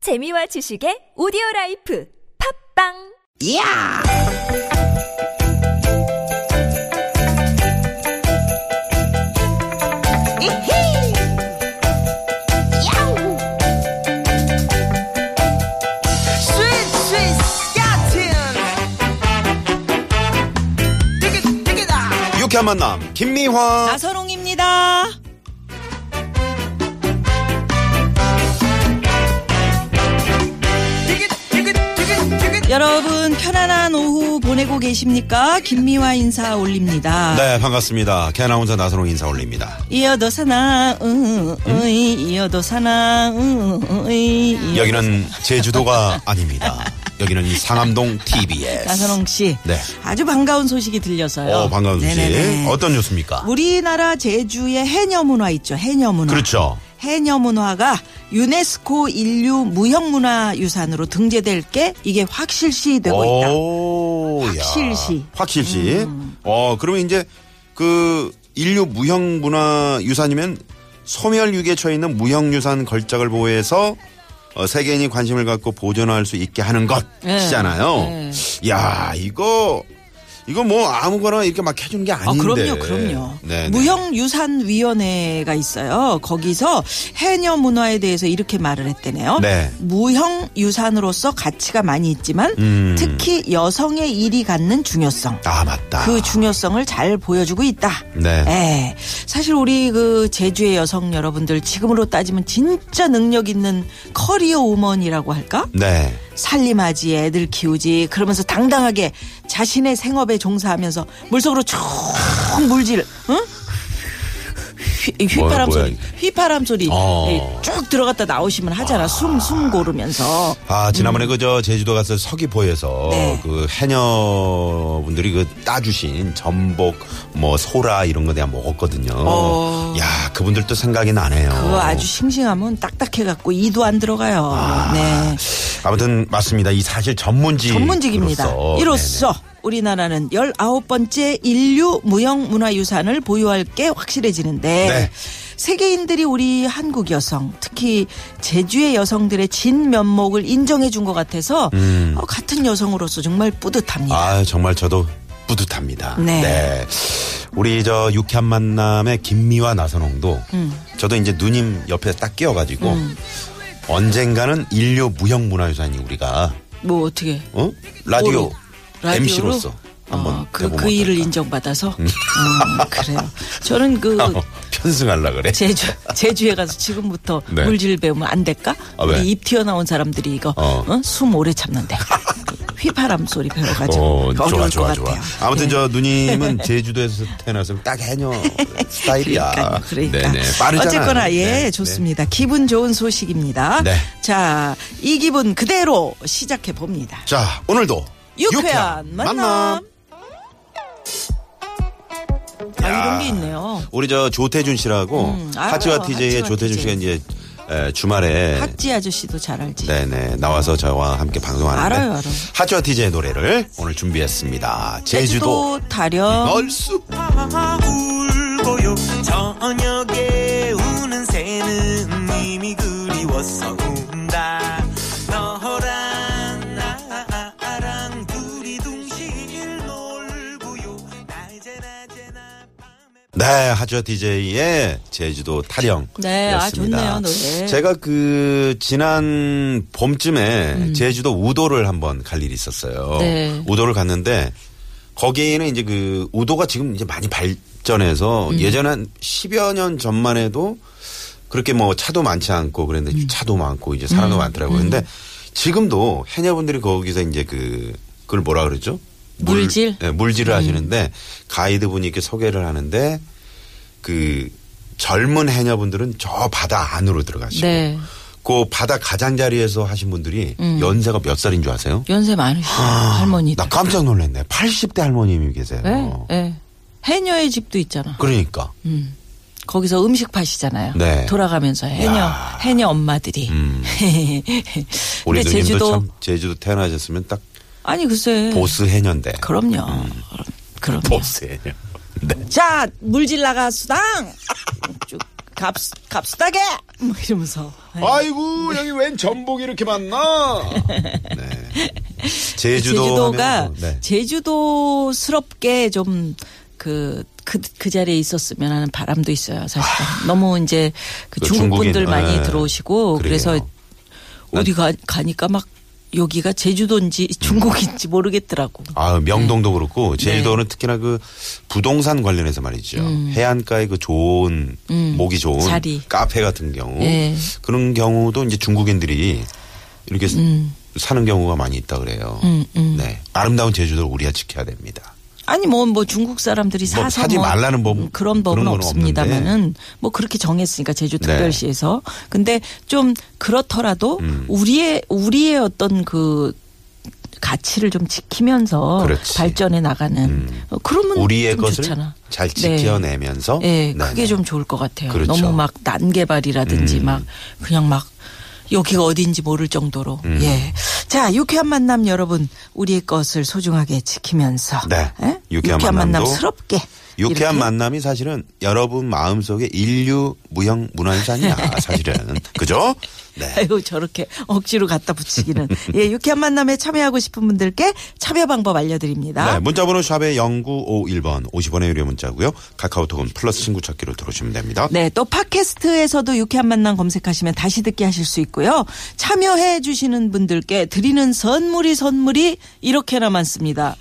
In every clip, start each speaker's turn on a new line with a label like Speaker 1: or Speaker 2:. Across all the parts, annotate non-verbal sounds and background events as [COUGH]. Speaker 1: 재미와 지식의 오디오 라이프 팝빵!
Speaker 2: 이야! 이히! 야우! 스윗, 스윗, 야틴! 되게, 되게다!
Speaker 3: 유쾌한 만남 김미화
Speaker 2: 나서롱입니다. 되게, 되게, 되게, 되게.
Speaker 4: 여러분 편안한 오후 보내고 계십니까? 김미화 인사 올립니다.
Speaker 3: 네 반갑습니다 개나운서 나선홍 인사 올립니다
Speaker 4: 이어도 사나,
Speaker 3: 음?
Speaker 4: 응, 응, 이어도 사나, 응, 응, 응.
Speaker 3: 여기는 제주도가 아닙니다 여기는 상암동 TBS
Speaker 4: 나선홍 씨,
Speaker 3: 네.
Speaker 4: 아주 반가운 소식이 들려서요.
Speaker 3: 어 반가운 소식
Speaker 4: 네네네.
Speaker 3: 어떤 뉴스입니까
Speaker 4: 우리나라 제주의 해녀 문화 있죠. 해녀 문화.
Speaker 3: 그렇죠
Speaker 4: 해녀 문화가 유네스코 인류 무형문화유산으로 등재될 게 이게 확실시 되고 있다.
Speaker 3: 오, 야.
Speaker 4: 확실시. 음.
Speaker 3: 확실시 어 그러면 이제 그 인류 무형 문화 유산이면 소멸 위기에 처해 있는 무형 유산 걸작을 보호해서 어, 세계인이 관심을 갖고 보존할 수 있게 하는
Speaker 4: 네,
Speaker 3: 것이잖아요. 야 이거 이거 뭐 아무거나 이렇게 막 해주는 게
Speaker 4: 아,
Speaker 3: 아닌데.
Speaker 4: 그럼요, 그럼요.
Speaker 3: 네, 네.
Speaker 4: 무형유산위원회가 있어요. 거기서 해녀 문화에 대해서 이렇게 말을 했대네요.
Speaker 3: 네.
Speaker 4: 무형유산으로서 가치가 많이 있지만
Speaker 3: 음.
Speaker 4: 특히 여성의 일이 갖는 중요성.
Speaker 3: 아 맞다.
Speaker 4: 그 중요성을 잘 보여주고 있다.
Speaker 3: 네.
Speaker 4: 예. 사실 우리 그 제주의 여성 여러분들 지금으로 따지면 진짜 능력 있는 커리어 우먼이라고 할까?
Speaker 3: 네.
Speaker 4: 살림하지 애들 키우지 그러면서 당당하게 자신의 생업에 종사하면서 물속으로 쭉 물질 응? 휘,
Speaker 3: 뭐야,
Speaker 4: 휘파람
Speaker 3: 뭐야,
Speaker 4: 소리
Speaker 3: 이게.
Speaker 4: 휘파람 소리
Speaker 3: 어.
Speaker 4: 예, 쭉 들어갔다 나오시면 하잖아 숨 숨 고르면서
Speaker 3: 아 지난번에 그 저 제주도 가서 서귀포에서
Speaker 4: 네.
Speaker 3: 그 해녀분들이 그 따주신 전복 뭐 소라 이런 거 내가 먹었거든요.
Speaker 4: 어.
Speaker 3: 야 그분들도 생각이 나네요.
Speaker 4: 그거 아주 싱싱하면 딱딱해 갖고 이도 안 들어가요
Speaker 3: 아.
Speaker 4: 네
Speaker 3: 아무튼 맞습니다. 이 사실 전문직
Speaker 4: 전문직입니다
Speaker 3: 으로서.
Speaker 4: 이로써 우리나라는 19번째 인류 무형 문화유산을 보유할 게 확실해지는데
Speaker 3: 네.
Speaker 4: 세계인들이 우리 한국 여성, 특히 제주의 여성들의 진면목을 인정해 준 것 같아서 어, 같은 여성으로서 정말 뿌듯합니다.
Speaker 3: 음. 아 정말 저도 뿌듯합니다.
Speaker 4: 네.
Speaker 3: 우리 저 유쾌한 만남의 김미화 나선홍도
Speaker 4: 음.
Speaker 3: 저도 이제 누님 옆에 딱 끼어가지고 언젠가는 인류 무형 문화유산이 우리가
Speaker 4: 뭐 어떻게
Speaker 3: 어? 라디오
Speaker 4: 뭐로? 라디오로?
Speaker 3: MC로서 한번
Speaker 4: 어, 그,
Speaker 3: 해보면
Speaker 4: 그 일을
Speaker 3: 어떨까? 음.
Speaker 4: 인정받아서 어, 그래요. 저는
Speaker 3: [LAUGHS]
Speaker 4: 그
Speaker 3: 어, 편승할라 그래.
Speaker 4: 제주 제주에 가서 지금부터
Speaker 3: 네.
Speaker 4: 물질 배우면 안 될까?
Speaker 3: 아, 왜?
Speaker 4: 우리 입 튀어나온 사람들이 이거
Speaker 3: 어.
Speaker 4: 어? 숨
Speaker 3: [LAUGHS]
Speaker 4: 오래 참는데 휘파람 소리 배워가지고
Speaker 3: 어,
Speaker 4: 어려울
Speaker 3: 좋아
Speaker 4: 것
Speaker 3: 좋아 좋아.
Speaker 4: 같아요. 네.
Speaker 3: 아무튼 저 누님은
Speaker 4: [LAUGHS]
Speaker 3: 제주도에서 태어나서 딱 해녀 스타일이야.
Speaker 4: 그러니까요. 그러니까.
Speaker 3: 네네. 빠르잖아.
Speaker 4: 어쨌거나 예,
Speaker 3: 네, 네.
Speaker 4: 좋습니다. 기분 좋은 소식입니다.
Speaker 3: 네.
Speaker 4: 자, 이 기분 그대로 시작해 봅니다.
Speaker 3: 자 오늘도
Speaker 4: 유쾌한 만남. 아, 이런 게 있네요.
Speaker 3: 우리 저 조태준 씨라고
Speaker 4: 음, 알아요.
Speaker 3: 하츠와 TJ의
Speaker 4: 하츠와
Speaker 3: 조태준 씨가
Speaker 4: TJ.
Speaker 3: 이제 에, 주말에
Speaker 4: 학지 아저씨도 잘 알지.
Speaker 3: 네. 네네 나와서 저와 함께 방송하는데
Speaker 4: 알아요, 알아요.
Speaker 3: 하츠와 TJ의 노래를 오늘 준비했습니다. 제주도,
Speaker 4: 제주도 음. 다련
Speaker 3: 널수
Speaker 5: 아, 울고요 저녁에 우는 새는 이미 그리워서 운다 너랑 나랑 둘이 둥실 놀고요 낮에나 제나 밤에
Speaker 3: 네, 하죠 DJ의 제주도 타령.
Speaker 4: 네, 아, 좋네요, 노래.
Speaker 3: 제가 그 지난 봄쯤에 제주도 우도를 한번 갈 일이 있었어요.
Speaker 4: 음. 네.
Speaker 3: 우도를 갔는데 거기는 이제 그 우도가 지금 이제 많이 발전해서
Speaker 4: 음.
Speaker 3: 예전 한 10여 년 전만 해도 그렇게 뭐 차도 많지 않고 그랬는데
Speaker 4: 음.
Speaker 3: 차도 많고 이제 사람도 많더라고요. 근데 지금도 해녀분들이 거기서 이제 그 그걸 뭐라 그러죠? 물-
Speaker 4: 물질? 음.
Speaker 3: 네, 물질을 하시는데 가이드분이 이렇게 소개를 하는데 그 젊은 해녀분들은 저 바다 안으로 들어가시고
Speaker 4: 네. 음.
Speaker 3: 그 바다 가장자리에서 하신 분들이 연세가 몇 살인 줄 아세요?
Speaker 4: 연세 많으시죠.
Speaker 3: 나 그-
Speaker 4: 할머니들.
Speaker 3: 깜짝 놀랐네. 80대 할머님이 계세요.
Speaker 4: 예, 예. 해녀의 집도 있잖아.
Speaker 3: 그러니까
Speaker 4: 음. 거기서 음식 파시잖아요.
Speaker 3: 네.
Speaker 4: 돌아가면서 해녀
Speaker 3: 야. 음.
Speaker 4: 해녀 엄마들이. [LAUGHS]
Speaker 3: 우리
Speaker 4: 근데
Speaker 3: 누님도
Speaker 4: 제주도
Speaker 3: 참 제주도 태어나셨으면 딱
Speaker 4: 아니 글쎄.
Speaker 3: 보스 해녀인데.
Speaker 4: 그럼요.
Speaker 3: 음.
Speaker 4: 그럼 그럼요.
Speaker 3: 보스 해녀. 네.
Speaker 4: 자 물질 나가 수당. 쭉 갑, 갑스닥에! 뭐 이러면서.
Speaker 3: 아이고 여기 웬 전복 이렇게 많나? 네. 제주도
Speaker 4: 제주도가
Speaker 3: 하면 또, 네.
Speaker 4: 제주도스럽게 좀 그, 그, 그 자리에 있었으면 하는 바람도 있어요, 사실은. 너무 이제 그
Speaker 3: 아. 그
Speaker 4: 중국 분들
Speaker 3: 중국인,
Speaker 4: 많이
Speaker 3: 네.
Speaker 4: 들어오시고
Speaker 3: 그러게요.
Speaker 4: 그래서 어디 가, 가니까 막 여기가 제주도인지 중국인지 모르겠더라고.
Speaker 3: 아 명동도 그렇고
Speaker 4: 네.
Speaker 3: 제주도는 특히나 그 부동산 관련해서 말이죠 해안가에 그 좋은 목이 좋은
Speaker 4: 음. 자리.
Speaker 3: 카페 같은 경우
Speaker 4: 네.
Speaker 3: 그런 경우도 이제 중국인들이 이렇게
Speaker 4: 음.
Speaker 3: 사는 경우가 많이 있다 그래요. 네 아름다운 제주도를 우리가 지켜야 됩니다.
Speaker 4: 아니 뭐 뭐 중국 사람들이
Speaker 3: 뭐
Speaker 4: 사서
Speaker 3: 사지
Speaker 4: 뭐
Speaker 3: 말라는 법, 그런
Speaker 4: 그런 법은
Speaker 3: 건 네.
Speaker 4: 없습니다만은 뭐 그렇게 정했으니까 제주특별시에서 근데 좀 그렇더라도
Speaker 3: 음.
Speaker 4: 우리의 우리의 어떤 그 가치를 좀 지키면서
Speaker 3: 그렇지. 음.
Speaker 4: 발전해 나가는 어, 그러면
Speaker 3: 우리의
Speaker 4: 좀
Speaker 3: 것을
Speaker 4: 좋잖아.
Speaker 3: 잘
Speaker 4: 네.
Speaker 3: 지켜내면서
Speaker 4: 예,
Speaker 3: 어? 네네.
Speaker 4: 그게 좀 좋을 것 같아요.
Speaker 3: 그렇죠. 음.
Speaker 4: 너무 막 난개발이라든지 막 그냥 막 여기가 어디인지 모를 정도로.
Speaker 3: 음.
Speaker 4: 예. 자, 유쾌한 만남 여러분, 우리의 것을 소중하게 지키면서
Speaker 3: 네.
Speaker 4: 예?
Speaker 3: 유쾌한
Speaker 4: 유쾌한,
Speaker 3: 만남도
Speaker 4: 만남스럽게
Speaker 3: 유쾌한
Speaker 4: 이렇게.
Speaker 3: 만남이 사실은 여러분 마음속에 인류 무형
Speaker 4: [LAUGHS]
Speaker 3: 문화유산이야 사실은 그죠? 네.
Speaker 4: [LAUGHS] 아유 저렇게 억지로 갖다
Speaker 3: [LAUGHS]
Speaker 4: 붙이기는 예 유쾌한 만남에 참여하고 싶은 분들께 참여 방법
Speaker 3: 네,
Speaker 4: 알려드립니다.
Speaker 3: 문자번호 샵에 0951번 50원의 유료 문자고요. 카카오톡은 플러스 친구 찾기로 들어오시면 됩니다.
Speaker 4: 네, 또 팟캐스트에서도 유쾌한 만남 검색하시면 다시 듣게 하실 수 있고요. 참여해 주시는 분들께 드리는 선물이 선물이 이렇게나 많습니다.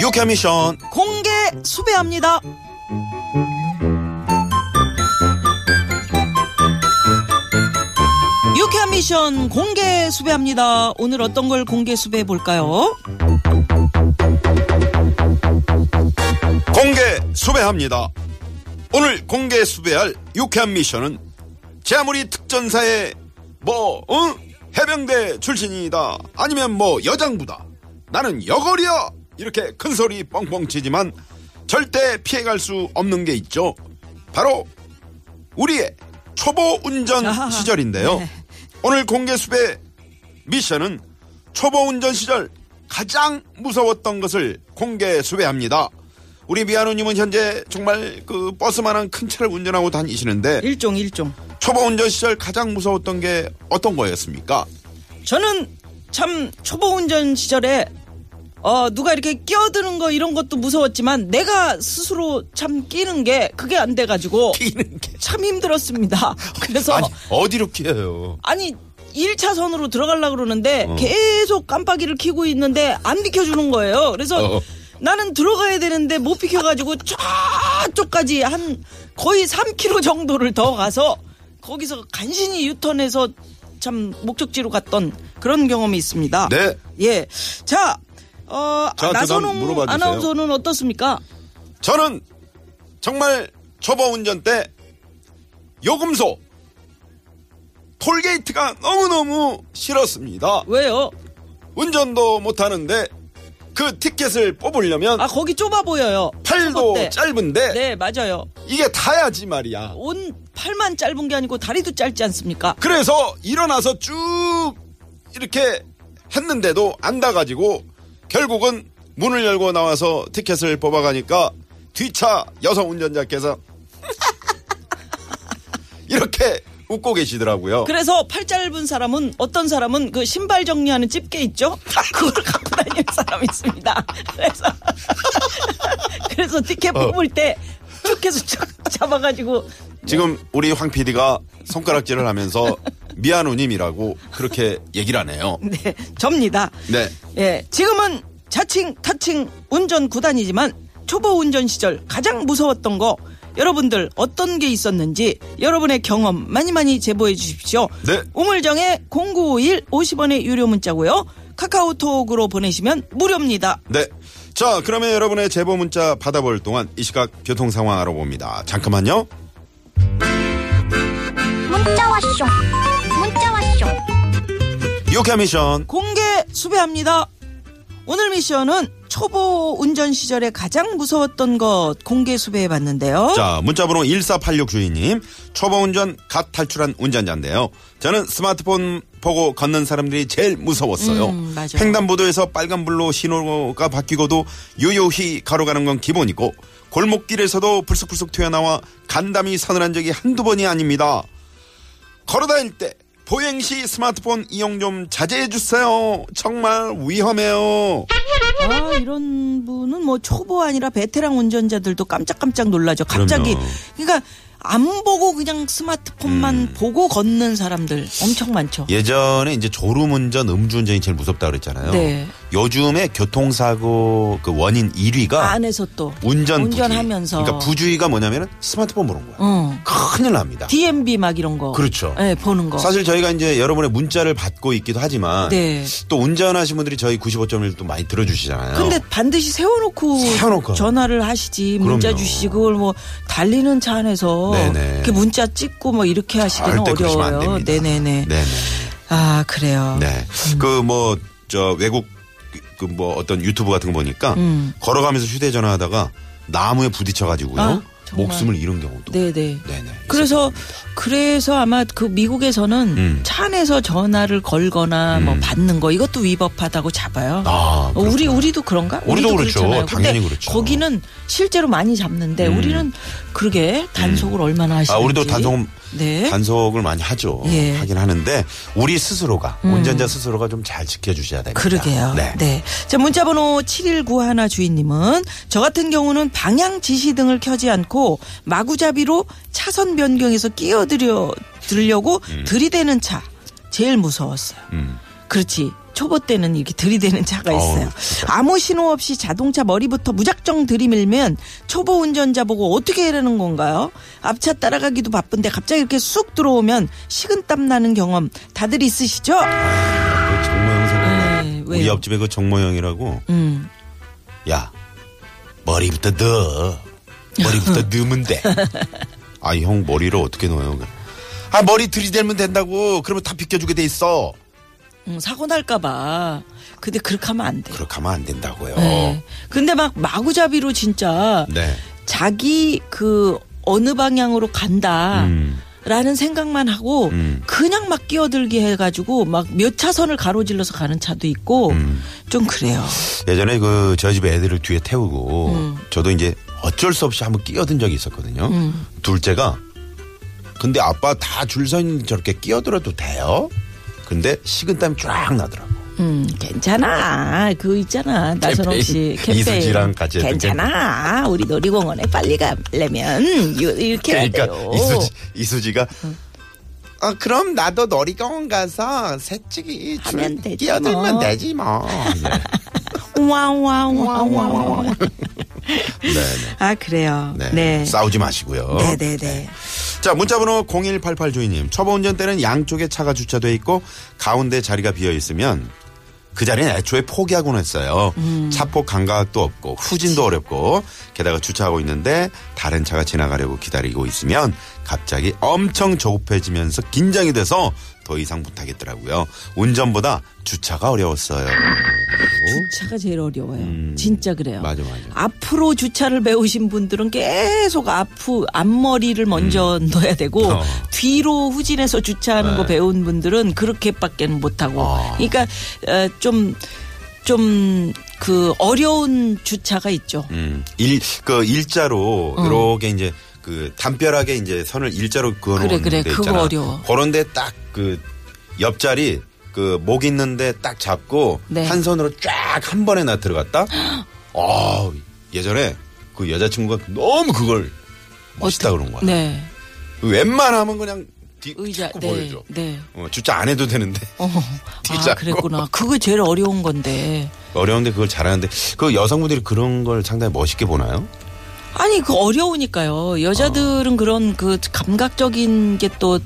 Speaker 3: 유쾌 미션
Speaker 4: 공개 수배합니다. 유쾌한 미션 공개 수배합니다. 오늘 어떤 걸 공개 수배해 볼까요?
Speaker 3: 공개 수배합니다. 오늘 공개 수배할 유쾌한 미션은 제 아무리 특전사의 뭐 응? 해병대 출신이다 아니면 뭐 여장부다 나는 여걸이야 이렇게 큰 소리 뻥뻥 치지만 절대 피해갈 수 없는 게 있죠. 바로 우리의 초보 운전
Speaker 4: 아하,
Speaker 3: 시절인데요.
Speaker 4: 네.
Speaker 3: 오늘 공개 수배 미션은 초보 운전 시절 가장 무서웠던 것을 공개 수배합니다. 우리 미아노님은 현재 정말 그 버스만한 큰 차를 운전하고 다니시는데
Speaker 4: 일종 일종.
Speaker 3: 초보 운전 시절 가장 무서웠던 게 어떤 거였습니까? [LAUGHS]
Speaker 4: 저는 참 초보 운전 시절에 어 누가 이렇게 끼어드는 거 이런 것도 무서웠지만 내가 스스로 참 끼는 게 그게 안 돼가지고
Speaker 3: 끼는 게
Speaker 4: 참 힘들었습니다. [LAUGHS] 그래서
Speaker 3: 아니 어디로 끼어요?
Speaker 4: 아니 1차선으로 들어가려고 그러는데 계속 깜빡이를 켜고 있는데 안 비켜주는 거예요. 그래서
Speaker 3: 어.
Speaker 4: 나는 들어가야 되는데 못 비켜가지고 저쪽까지 한 거의 3km 정도를 더 가서 거기서 간신히 유턴해서 참 목적지로 갔던 그런 경험이 있습니다.
Speaker 3: 네.
Speaker 4: 예. 자, 어,
Speaker 3: 저한테도 한번
Speaker 4: 나선홍
Speaker 3: 물어봐 주세요.
Speaker 4: 아나운서는 어떻습니까?
Speaker 3: 저는 정말 초보 운전 때 요금소 톨게이트가 너무너무 싫었습니다.
Speaker 4: 왜요?
Speaker 3: 운전도 못하는데 그 티켓을 뽑으려면
Speaker 4: 아, 거기 좁아 보여요.
Speaker 3: 팔도
Speaker 4: 초보 때.
Speaker 3: 짧은데
Speaker 4: 어, 네, 맞아요.
Speaker 3: 이게 타야지 말이야.
Speaker 4: 온 팔만 짧은 게 아니고 다리도 짧지 않습니까?
Speaker 3: 그래서 일어나서 쭉 이렇게 했는데도 안 닿아가지고 결국은 문을 열고 나와서 티켓을 뽑아가니까 뒤차 여성 운전자께서 [LAUGHS] 이렇게 웃고 계시더라고요.
Speaker 4: 그래서 팔 짧은 사람은 어떤 사람은 그 신발 정리하는 집게 있죠? [LAUGHS] 그걸 갖고 다니는 사람이 있습니다. 그래서 [LAUGHS] 그래서 티켓 뽑을 때 쭉 해서 쭉 잡아가지고
Speaker 3: 지금 우리 황 PD가 손가락질을 하면서 미안우님이라고 그렇게 얘기를 하네요.
Speaker 4: [LAUGHS] 네 접니다.
Speaker 3: 네.
Speaker 4: 예 지금은 자칭 타칭 운전 구단이지만 초보 운전 시절 가장 무서웠던 거 여러분들 어떤 게 있었는지 여러분의 경험 많이 많이 제보해 주십시오.
Speaker 3: 네.
Speaker 4: 우물정에 0951 50원의 유료 문자고요. 카카오톡으로 보내시면 무료입니다.
Speaker 3: 네. 자, 그러면 여러분의 제보 문자 받아볼 동안 이 시각 교통 상황 알아봅니다. 잠깐만요.
Speaker 6: 문자 왔쇼 문자 왔쇼
Speaker 3: 유쾌 미션.
Speaker 4: 공개 수배합니다. 오늘 미션은 초보 운전 시절에 가장 무서웠던 것 공개 수배해 봤는데요.
Speaker 3: 자, 문자번호 1486 주인님. 초보 운전 갓 탈출한 운전자인데요. 저는 스마트폰 보고 걷는 사람들이 제일 무서웠어요.
Speaker 4: 음, 맞아요.
Speaker 3: 횡단보도에서 빨간불로 신호가 바뀌고도 요요히 가로가는 건 기본이고 골목길에서도 불쑥불쑥 튀어나와 간담이 서늘한 적이 한두 번이 아닙니다. 걸어다닐 때 보행 시 스마트폰 이용 좀 자제해 주세요. 정말 위험해요. [LAUGHS]
Speaker 4: 아, 이런 분은 뭐 초보 아니라 베테랑 운전자들도 깜짝깜짝 놀라죠. 갑자기.
Speaker 3: 그럼요.
Speaker 4: 그러니까안 보고 그냥 스마트폰만 보고 걷는 사람들 엄청 많죠.
Speaker 3: 음. 예전에 이제 졸음운전, 음주운전이 제일 무섭다 그랬잖아요.
Speaker 4: 네.
Speaker 3: 요즘에 교통사고 그 원인 1위가
Speaker 4: 안에서 또
Speaker 3: 운전 부주의.
Speaker 4: 아, 네. 운전하면서
Speaker 3: 그러니까 부주의가 뭐냐면은 스마트폰 보는 거야.
Speaker 4: 어.
Speaker 3: 큰일 납니다.
Speaker 4: DMB 막 이런 거.
Speaker 3: 그렇죠.
Speaker 4: 예, 보는 거.
Speaker 3: 사실 저희가 이제 여러분의 문자를 받고 있기도 하지만
Speaker 4: 네.
Speaker 3: 또 운전하신 분들이 저희 95.1 또 많이 들어주시잖아요.
Speaker 4: 근데 반드시 세워놓고,
Speaker 3: 세워놓고.
Speaker 4: 전화를 하시지 문자
Speaker 3: 그럼요.
Speaker 4: 주시고 그걸 뭐 달리는 차 안에서
Speaker 3: 네네.
Speaker 4: 이렇게 문자 찍고 뭐 이렇게 하시기는
Speaker 3: 절대 그러시면 안
Speaker 4: 어려워요.
Speaker 3: 됩니다.
Speaker 4: 네네네.
Speaker 3: 네네.
Speaker 4: 아 그래요.
Speaker 3: 네. 그 뭐 저 외국 그 뭐 어떤 유튜브 같은 거 보니까 걸어가면서 휴대전화 하다가 나무에 부딪혀가지고요
Speaker 4: 음. 아, 정말.
Speaker 3: 목숨을 잃은 경우도.
Speaker 4: 네네.
Speaker 3: 네네.
Speaker 4: 그래서 그래서 아마 그 미국에서는
Speaker 3: 음.
Speaker 4: 차 안에서 전화를 걸거나 뭐 받는 거 이것도 위법하다고 잡아요.
Speaker 3: 아,
Speaker 4: 어, 우리 우리도 그런가?
Speaker 3: 우리도 그렇죠.
Speaker 4: 그렇잖아요.
Speaker 3: 당연히
Speaker 4: 근데
Speaker 3: 그렇죠. 음.
Speaker 4: 거기는 실제로 많이 잡는데 우리는 그러게 단속을 얼마나 하시는지.
Speaker 3: 아, 우리도 단속
Speaker 4: 네.
Speaker 3: 단속을 많이 하죠.
Speaker 4: 예. 음.
Speaker 3: 하긴 하는데 우리 스스로가 운전자 스스로가 좀 잘 지켜주셔야 됩니다.
Speaker 4: 그러게요.
Speaker 3: 네.
Speaker 4: 네. 자, 문자번호 7191 주인님은 저 같은 경우는 방향 지시 등을 켜지 않고 마구잡이로 차선 변경에서 끼어들려 들려고 들이대는 차 제일 무서웠어요.
Speaker 3: 음.
Speaker 4: 그렇지. 초보 때는 이렇게 들이대는 차가 있어요.
Speaker 3: 어우, 진짜.
Speaker 4: 아무 신호 없이 자동차 머리부터 무작정 들이밀면 초보 운전자 보고 어떻게 이러는 건가요? 앞차 따라가기도 바쁜데 갑자기 이렇게 쑥 들어오면 식은땀 나는 경험 다들 있으시죠?
Speaker 3: 그 정모형 생각나.
Speaker 4: 네,
Speaker 3: 우리
Speaker 4: 왜요?
Speaker 3: 옆집에 그 정모형이라고.
Speaker 4: 음.
Speaker 3: 야 머리부터 넣어.
Speaker 4: [LAUGHS]
Speaker 3: 머리부터 넣으면 돼. 아 형 머리를 어떻게 넣어요? 아 머리 들이대면 된다고. 그러면 다 비켜주게 돼 있어.
Speaker 4: 음, 사고 날까봐. 근데 그렇게 하면 안 돼.
Speaker 3: 그렇게 하면 안 된다고요.
Speaker 4: 네. 근데 막 마구잡이로 진짜
Speaker 3: 어. 네.
Speaker 4: 자기 그 어느 방향으로 간다.
Speaker 3: 음.
Speaker 4: 라는 생각만 하고
Speaker 3: 음.
Speaker 4: 그냥 막 끼어들게 해가지고 막 몇 차선을 가로질러서 가는 차도 있고
Speaker 3: 음.
Speaker 4: 좀 그래요.
Speaker 3: 예전에 그 저희 집에 애들을 뒤에 태우고
Speaker 4: 음.
Speaker 3: 저도 이제 어쩔 수 없이 한번 끼어든 적이 있었거든요.
Speaker 4: 음.
Speaker 3: 둘째가 근데 아빠 다 줄 서 있는 저렇게 끼어들어도 돼요? 근데 식은땀이 쫙 나더라고.
Speaker 4: 음 괜찮아 그 있잖아 나선홍 씨
Speaker 3: 캠페인. 이수지랑 같이 했던
Speaker 4: 괜찮아 우리 놀이공원에 빨리 가려면 요- 이렇게 해야
Speaker 3: 그러니까
Speaker 4: 돼요. 음.
Speaker 3: 이수지, 이수지가 아, 그럼 나도 놀이공원 가서 새치기
Speaker 4: 하면
Speaker 3: 줄
Speaker 4: 되지
Speaker 3: 끼어들면
Speaker 4: 뭐.
Speaker 3: 되지 뭐. 네.
Speaker 4: 와와와와.
Speaker 3: [LAUGHS] 네, 네.
Speaker 4: 아 그래요.
Speaker 3: 네.
Speaker 4: 네.
Speaker 3: 싸우지 마시고요.
Speaker 4: 네네네.
Speaker 3: 자, 문자번호 0188 주인님. 초보 운전 때는 양쪽에 차가 주차돼 있고 가운데 자리가 비어 있으면 그 자리는 애초에 포기하곤 했어요. 차폭 감각도 없고 후진도 어렵고 게다가 주차하고 있는데 다른 차가 지나가려고 기다리고 있으면 갑자기 엄청 조급해지면서 긴장이 돼서 더 이상 못하겠더라고요. 운전보다 주차가 어려웠어요.
Speaker 4: 주차가 제일 어려워요. 진짜 그래요.
Speaker 3: 음. 맞아, 맞아.
Speaker 4: 앞으로 주차를 배우신 분들은 계속 앞으 앞머리를 먼저 넣어야 되고
Speaker 3: 어. 네.
Speaker 4: 뒤로 후진해서 주차하는 거 배운 분들은 그렇게밖에 못하고.
Speaker 3: 아.
Speaker 4: 그러니까 어, 좀. 좀, 그, 어려운 주차가 있죠.
Speaker 3: 음, 일, 그 일자로
Speaker 4: 어.
Speaker 3: 이렇게 이제 그 담벼락에 이제 선을 일자로 그어놓은
Speaker 4: 그래, 그래.
Speaker 3: 데
Speaker 4: 그거
Speaker 3: 있잖아.
Speaker 4: 어려워.
Speaker 3: 그런 데 딱 그 옆자리 그 목 있는데 딱 잡고
Speaker 4: 네.
Speaker 3: 한 손으로 쫙 한 번에 나
Speaker 4: [GASPS]
Speaker 3: 들어갔다. 아 예전에 그 여자친구가 너무 그걸 멋있다 그런 거야. 그
Speaker 4: 네.
Speaker 3: 웬만하면 그냥 뒤
Speaker 4: 의자,
Speaker 3: 자꾸
Speaker 4: 네.
Speaker 3: 보여줘.
Speaker 4: 네.
Speaker 3: 어, 주차 안 해도 되는데 [LAUGHS]
Speaker 4: 어. 아,
Speaker 3: 뒤잡고.
Speaker 4: 그랬구나. 그거 제일 어려운 건데.
Speaker 3: 어려운데 그걸 잘하는데 그 여성분들이 그런 걸 상당히 멋있게 보나요?
Speaker 4: 아니 그 어려우니까요. 여자들은 그런 그 감각적인 게 또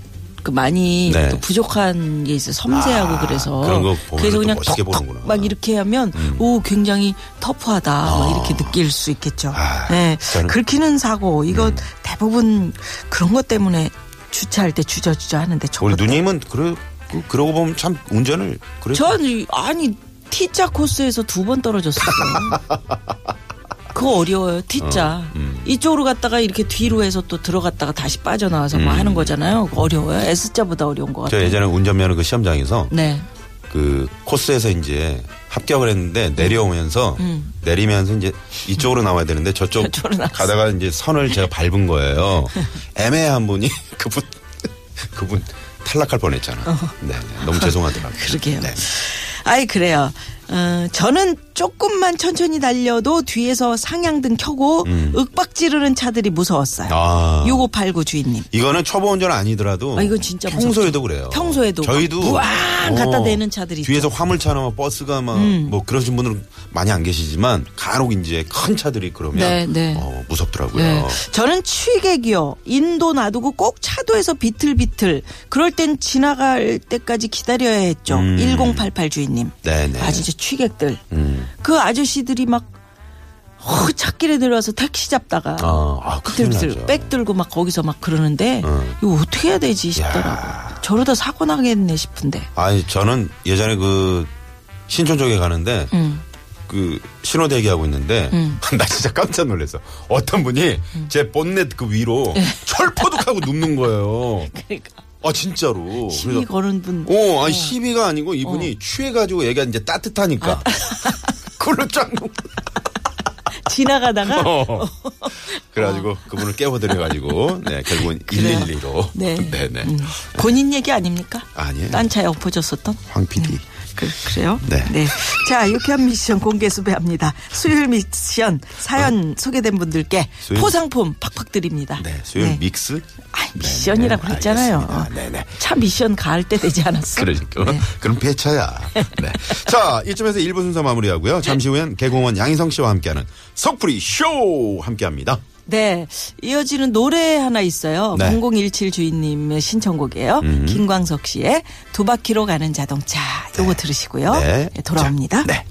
Speaker 4: 그 많이
Speaker 3: 네.
Speaker 4: 또 부족한 게 있어 요 섬세하고
Speaker 3: 아,
Speaker 4: 그래서
Speaker 3: 그런 거 보면은
Speaker 4: 그래서
Speaker 3: 또
Speaker 4: 그냥
Speaker 3: 멋있게
Speaker 4: 턱턱
Speaker 3: 보는구나. 음.
Speaker 4: 막 이렇게 하면 오 굉장히 터프하다 막 이렇게 느낄 수 있겠죠.
Speaker 3: 아, 음.
Speaker 4: 네,
Speaker 3: 저는-
Speaker 4: 긁히는 사고 이거 대부분 그런 것 때문에 주차할 때 주저주저 하는데 저
Speaker 3: 우리 누님은 그래 그- 그러고 보면 참 운전을 그래.
Speaker 4: 전 아니
Speaker 3: [LAUGHS]
Speaker 4: T자 코스에서 두 번 떨어졌어요. 그거 어려워요 T자.
Speaker 3: 음.
Speaker 4: 이쪽으로 갔다가 이렇게 뒤로 해서 또 들어갔다가 다시 빠져나와서 뭐 하는 거잖아요. 어려워요. S자보다 어려운 것
Speaker 3: 음. 저
Speaker 4: 같아요.
Speaker 3: 예전에 운전면허 그 시험장에서
Speaker 4: 네.
Speaker 3: 그 코스에서 이제 합격을 했는데 내려오면서 내리면서 이제 이쪽으로 나와야 되는데 저쪽
Speaker 4: 음. [LAUGHS] 저쪽으로 나왔어.
Speaker 3: 가다가 이제 선을
Speaker 4: [LAUGHS]
Speaker 3: 제가 밟은 거예요. 애매한 분이 [LAUGHS] 그분 그분 탈락할 뻔했잖아. 네, 네. 너무 죄송하더라고요.
Speaker 4: 어. 아, 그러게요.
Speaker 3: 네.
Speaker 4: 아이 그래요. 어, 저는 조금만 천천히 달려도 뒤에서 상향등 켜고 윽박 지르는 차들이 무서웠어요.
Speaker 3: 음. 아.
Speaker 4: 6589 주인님.
Speaker 3: 이거는 초보 운전 아니더라도
Speaker 4: 아, 이건 진짜 무섭죠.
Speaker 3: 평소에도 그래요.
Speaker 4: 평소에도 막
Speaker 3: 저희도 어,
Speaker 4: 부왕 갖다 대는 차들이 음.
Speaker 3: 뒤에서 화물차나 막 버스가 막 뭐 그러신 분들은 많이 안 계시지만 간혹 이제 큰 차들이 그러면
Speaker 4: 네, 네.
Speaker 3: 어, 무섭더라고요.
Speaker 4: 네. 저는 취객이요. 인도 놔두고 꼭 차도에서 비틀비틀. 그럴 땐 지나갈 때까지 기다려야 했죠.
Speaker 3: 음.
Speaker 4: 1088 주인님.
Speaker 3: 네네.
Speaker 4: 아, 진짜 취객들.
Speaker 3: 음.
Speaker 4: 그 아저씨들이 막, 어, 찻길에 들어와서 택시 잡다가.
Speaker 3: 아, 아, 큰일
Speaker 4: 비틀비틀
Speaker 3: 나죠.
Speaker 4: 백 들고 막 거기서 막 그러는데.
Speaker 3: 음.
Speaker 4: 이거 어떻게 해야 되지 싶더라고. 저러다 사고 나겠네 싶은데.
Speaker 3: 아니 저는 예전에 그 신촌 쪽에 가는데
Speaker 4: 음.
Speaker 3: 그 신호 대기하고 있는데 [LAUGHS] 나 진짜 깜짝 놀랐어. 어떤 분이
Speaker 4: 음.
Speaker 3: 제 본넷 그 위로
Speaker 4: [LAUGHS]
Speaker 3: 철포득하고 눕는 거예요.
Speaker 4: 네. 그러니까.
Speaker 3: 아 진짜로.
Speaker 4: 시비 거는 분.
Speaker 3: 어, 아니 시비가 아니고
Speaker 4: 어.
Speaker 3: 이분이 취해가지고 얘가 이제
Speaker 4: 아.
Speaker 3: 따뜻하니까. [LAUGHS] 그걸로 쫙 놓. [LAUGHS]
Speaker 4: 지나가다가.
Speaker 3: 어. 그래가지고 그분을 깨워드려가지고 네 결국은
Speaker 4: 아. 그래요.
Speaker 3: 112로
Speaker 4: 네.
Speaker 3: 네네
Speaker 4: 음. 본인 얘기 아닙니까?
Speaker 3: 아니에요.
Speaker 4: 딴 차에 엎어졌었던?
Speaker 3: 황 PD
Speaker 4: 그, 그래요?
Speaker 3: 네.
Speaker 4: 자, 유쾌한 미션 공개 수배합니다. 수요일 미션 사연 소개된 분들께
Speaker 3: 어. 수요일-
Speaker 4: 포상품 팍팍 드립니다.
Speaker 3: 네 수요일
Speaker 4: 네.
Speaker 3: 믹스
Speaker 4: 아이, 미션이라고
Speaker 3: 네, 네,
Speaker 4: 했잖아요.
Speaker 3: 알겠습니다. 네네
Speaker 4: 차 미션 가을 때 되지 않았어?
Speaker 3: 그러니까
Speaker 4: 네.
Speaker 3: 그럼
Speaker 4: [LAUGHS]
Speaker 3: 배차야. 네. 자 이쯤에서 1부 순서
Speaker 4: 네.
Speaker 3: 마무리하고요. 잠시 후엔 개공원 양희성 씨와 함께하는 석풀이 쇼 함께합니다.
Speaker 4: 네. 이어지는 노래 하나 있어요.
Speaker 3: 네.
Speaker 4: 0017 주인님의 신청곡이에요. 김광석 씨의 두 바퀴로 가는 자동차. 요거 들으시고요.
Speaker 3: 네.
Speaker 4: 예, 돌아옵니다.
Speaker 3: 자, 네.